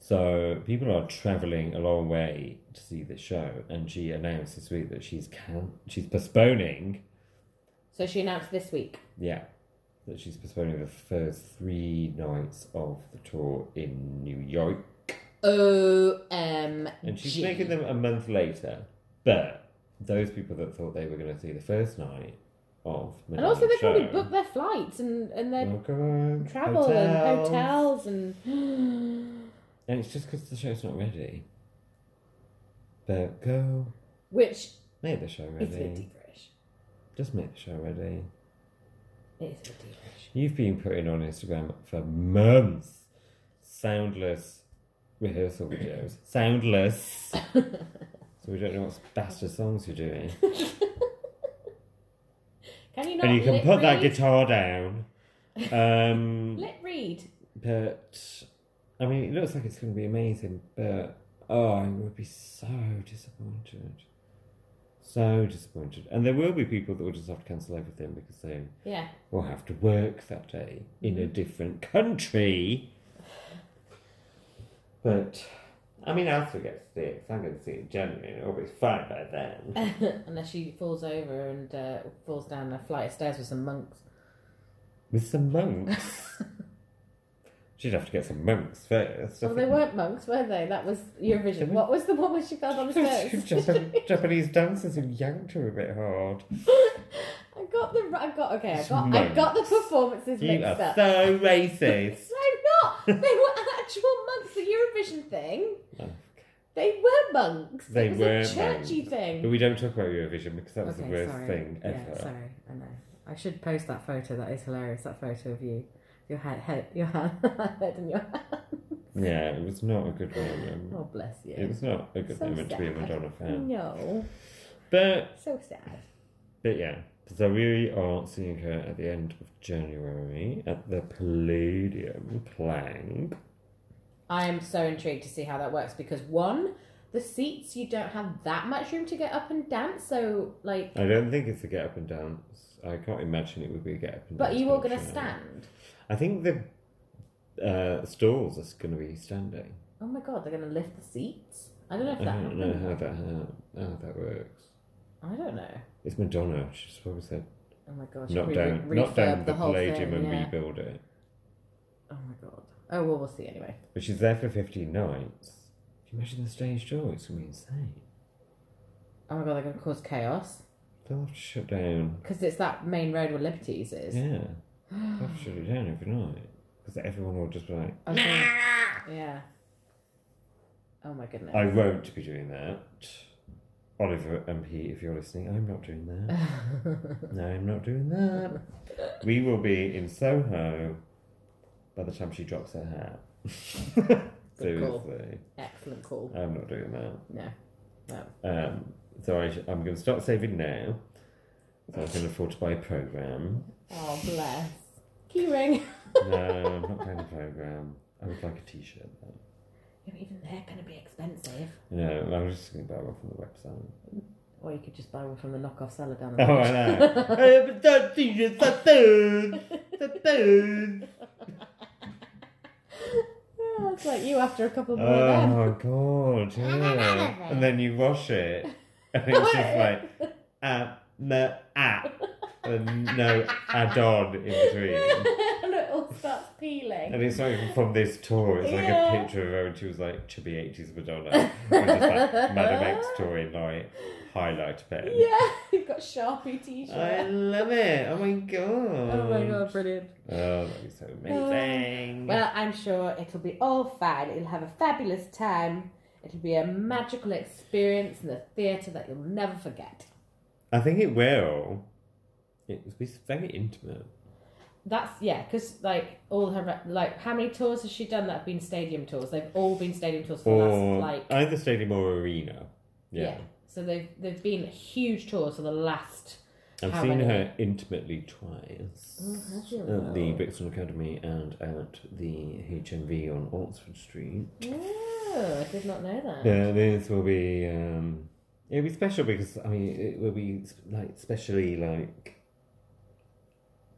B: So people are traveling a long way to see this show, and she announced this week that she's can she's postponing
A: So she announced this week.
B: Yeah, that she's postponing the first three nights of the tour in New York,
A: OMG.
B: and she's making them a month later. But those people that thought they were going to see the first night of
A: And also, they
B: Madonna's
A: probably
B: show-
A: booked their flights and, and their
B: Oh, come on,
A: travel and
B: hotels.
A: hotels and.
B: And it's just because the show's not ready. But go
A: Which
B: make the show
A: is
B: ready.
A: ridiculous.
B: Just make the show ready.
A: It is ridiculous.
B: You've been putting on Instagram for months soundless rehearsal videos. soundless. so we don't know what bastard songs you're doing.
A: Can you not?
B: and you can
A: lip
B: put that
A: read?
B: guitar down. Um,
A: Lip read.
B: but I mean, it looks like it's going to be amazing. But oh, I would be so disappointed. So disappointed. And there will be people that will just have to cancel everything because they
A: Yeah.
B: will have to work that day in a different country. But I mean, I'll still get to see it. 'cause I'm going to see it in January, and it'll be fine by then.
A: Unless she falls over and uh, falls down a flight of stairs with some monks.
B: With some monks. She'd have to get some monks first. I
A: Well, they
B: think.
A: weren't monks, were they? That was
B: They
A: Eurovision.
B: were-
A: What was the one where she fell down the stairs?
B: Japan- Japanese dancers who yanked her a bit hard.
A: I got the I got okay. I
B: It's
A: got I got the
B: monks.
A: performances
B: You are
A: mixed up.
B: so racist.
A: I'm not. They were actual monks. The Eurovision thing.
B: Oh.
A: They were monks.
B: They
A: it was
B: were
A: a churchy
B: monks.
A: thing.
B: but we don't talk about Eurovision because that was the worst
A: sorry.
B: thing ever.
A: Yeah, sorry, I know. I should post that photo. That is hilarious. That photo of you, your head, head your hand, head and your
B: Yeah, it was not a good moment.
A: Oh, bless you.
B: It was not a good
A: So
B: moment to be a
A: sad. Mm.
B: Madonna fan.
A: no,
B: But
A: so sad.
B: but yeah. So we are seeing her at the end of January at the Palladium Plank.
A: I am so intrigued to see how that works because one, the seats you don't have that much room to get up and dance. So like,
B: I don't think it's a get up and down. I can't imagine it would be a get up and
A: but
B: down.
A: you are gonna
B: show.
A: stand.
B: I think the uh, stalls are going to be standing.
A: Oh my god, they're gonna lift the seats. I don't know if
B: I
A: that.
B: don't know
A: happened.
B: how that how, how that works.
A: I don't know.
B: It's Madonna. She's probably said
A: Oh my god,
B: knock
A: should we
B: down,
A: re-
B: knock
A: refurb
B: down the,
A: the whole
B: Palladium
A: thing.
B: and
A: yeah.
B: rebuild it.
A: Oh my god. Oh well, we'll see anyway.
B: But she's there for 15 nights. Can you imagine the stage door? It's going to be insane.
A: Oh my god, they're gonna cause chaos.
B: They'll have to shut down.
A: Because it's that main road where Liberty's is.
B: Yeah. Oh, They'll have to shut it down every night. Because everyone will just be like,
A: I think- yeah. Oh my goodness.
B: I won't be doing that. Oliver MP, if you're listening, I'm not doing that. No, I'm not doing that. we will be in Soho by the time she drops her hat.
A: Good call.
B: Seriously.
A: Excellent call.
B: I'm not doing that.
A: No.
B: Um, so I sh- I'm going to start saving now. So I can afford to buy a program.
A: Oh, bless. Keyring.
B: No, I'm not buying a program. I would like a T-shirt. Though.
A: Yeah, but even they're going to be expensive.
B: No, I was just going to buy one from the website.
A: Or you could just buy one from the knockoff seller down the
B: Oh,
A: road.
B: I know. Eh, but that T-shirt, that thing, that thing.
A: Yeah, it's like you after a couple more of them.
B: Oh god, yeah. And then you wash it, and it's just like ah, no, ah, and no add on in between.
A: and it all starts peeling.
B: And it's not even from this tour, it's like
A: Yeah.
B: a picture of her and she was like chubby 80s Madonna. With just like Madame X tour in like highlight pen.
A: Yeah, you've got Sharpie t
B: I
A: shirt.
B: love it. Oh my god.
A: Oh my god, brilliant.
B: Oh, that'd be so amazing.
A: Well, I'm sure it'll be all fine. It'll have a fabulous time. It'll be a magical experience in the theatre that you'll never forget.
B: I think it will. It will be very intimate.
A: That's yeah, because like all her like how many tours has she done that have been stadium tours? They've all been stadium tours for
B: Or
A: the last like
B: either stadium or arena. yeah.
A: So they've they've been huge tours for the last.
B: I've
A: How
B: seen
A: many?
B: her intimately twice
A: Oh, have you
B: at the
A: now?
B: Brixton Academy and at the HMV on Oxford Street.
A: Oh, I did not know that.
B: Yeah, this will be um, it'll be special because I mean it will be s- like specially like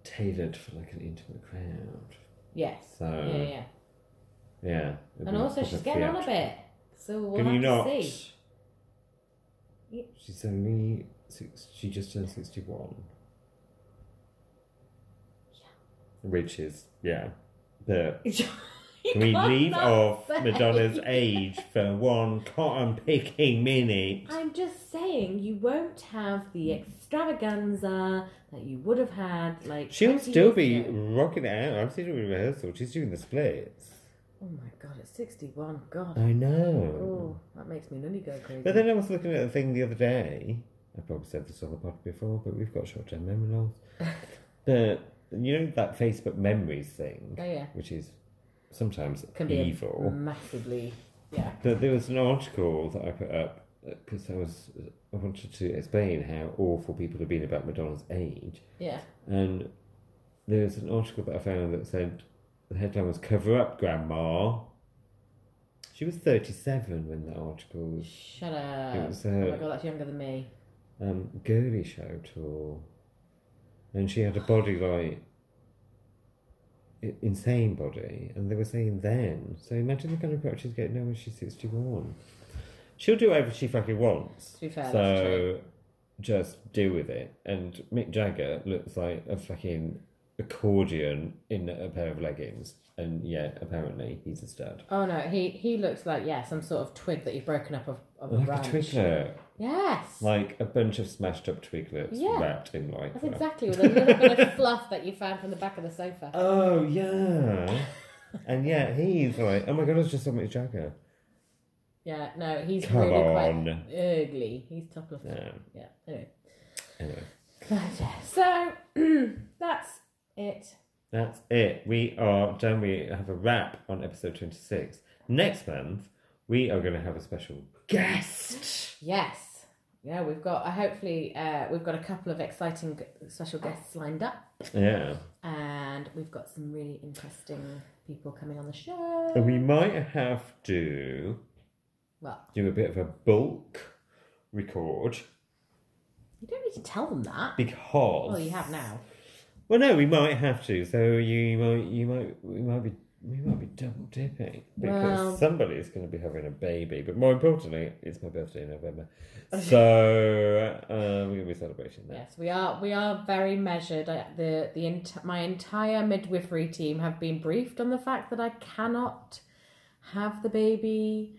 B: tailored for like an intimate crowd.
A: Yes.
B: So
A: yeah, yeah, yeah.
B: yeah, it'll
A: And
B: be
A: also,
B: proper
A: she's getting on a
B: theatrical.
A: bit, so we'll
B: Can
A: have
B: you
A: to
B: not?
A: see. Yeah.
B: She's only six. She just turned sixty-one. which is yeah. But
A: You
B: can we
A: can't
B: leave
A: not
B: off
A: say.
B: Madonna's age for one cotton picking minute?
A: I'm just saying, you won't have the extravaganza that you would have had. Like
B: She'll
A: 20
B: still
A: years
B: be
A: ago.
B: rocking it out. I'm still doing rehearsal. She's doing the splits.
A: Oh my god, at 61, god.
B: I know.
A: Oh, that makes me nutty go crazy.
B: Uh, But then I was looking at a thing the other day. I've probably said this on the pod before, but we've got short term memory loss. but you know that Facebook memories thing,
A: oh yeah,
B: which is sometimes
A: can be a Mm.
B: evil.
A: massively. Yeah.
B: But there was an article that I put up because I was I wanted to explain how awful people have been about Madonna's age,
A: Yeah.
B: and there was an article that I found that said the headline was "Cover Up Grandma." She was thirty-seven when that article was.
A: Shut
B: It
A: up.
B: was uh,
A: Oh my
B: a
A: god, that's younger than me.
B: um, girly show tour, and she had a body like i- insane body, and they were saying then. So imagine the kind of crap she's getting now when she's sixty-one. She'll do whatever she fucking wants.
A: To be fair, that's true.
B: So just deal with it. And Mick Jagger looks like a fucking accordion in a pair of leggings. And yeah, apparently he's a stud.
A: Oh no, he he looks like yeah, some sort of twig that you've broken up of, of
B: Like
A: branch.
B: a twiggler.
A: Yes.
B: Like a bunch of smashed up twiglets
A: Yeah.
B: wrapped in like
A: that's exactly with a little bit of fluff that you found from the back of the sofa.
B: Oh yeah. and yeah, he's like, oh my god, I just saw Mick Jagger.
A: Yeah, no, he's
B: Come
A: really quite
B: on.
A: ugly. He's top of
B: Yeah.
A: yeah. Anyway,
B: Anyway,
A: so that's it.
B: that's it. We are done. We have a wrap on episode twenty-six. Next month, we are going to have a special guest.
A: Yes, yeah, we've got. Uh, hopefully, uh, we've got a couple of exciting g- special guests lined up,
B: Yeah.
A: and we've got some really interesting people coming on the show.
B: And we might have to
A: Well,
B: do a bit of a bulk record
A: you don't need to tell them that.
B: because.
A: Well, you have now.
B: Well, no, we might have to. So you might, you might, we might be, we might be double dipping because
A: Well-
B: somebody is going to be having a baby. But more importantly, it's my birthday in November, so uh, we're going to be celebrating that.
A: Yes, we are. We are very measured. I, the the ent- my entire midwifery team have been briefed on the fact that I cannot have the baby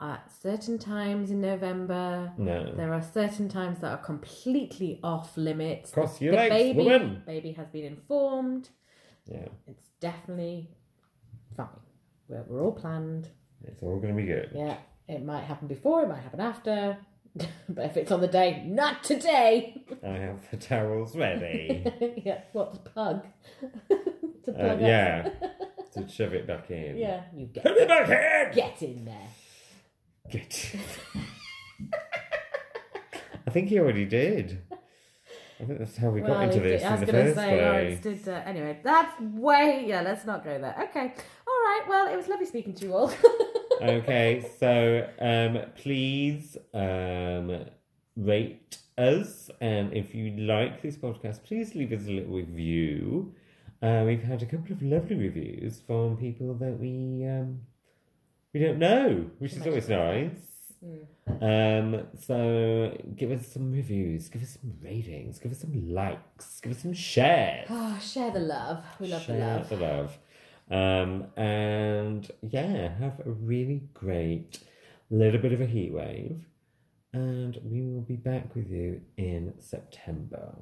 A: at certain times in November.
B: No,
A: There are certain times that are completely off limits.
B: cross
A: The
B: your legs,
A: baby
B: woman.
A: baby has been informed.
B: Yeah,
A: It's definitely fine. We're, we're all planned.
B: it's all going to be good.
A: Yeah, it might happen before. It might happen after. but if it's on the day, not today.
B: I have the towels ready.
A: yeah, what the plug? to
B: uh,
A: plug up.
B: yeah, to shove it back in.
A: Yeah, you get,
B: Put it back in.
A: get in there.
B: Get. I think he already did. I think that's how we got into
A: if
B: this
A: it- I was
B: in the
A: going to
B: first
A: say,
B: place.
A: Lawrence did. Uh, anyway, that's way. Yeah, let's not go there. Okay. All right. Well, it was lovely speaking to you all.
B: okay, so um, please um, rate us, and if you like this podcast, please leave us a little review. Uh, we've had a couple of lovely reviews from people that we um, we don't know, which is always nice.
A: Mm.
B: Um, so give us some reviews, give us some ratings, give us some likes, give us some shares.
A: oh, share the love. We love
B: Share
A: the love.
B: the love. Um, and yeah, have a really great little bit of a heat wave. And we will be back with you in September.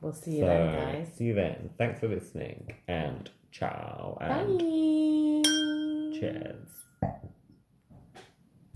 A: We'll see you then, guys.
B: see you then. Thanks for listening. And ciao. And
A: Bye.
B: cheers.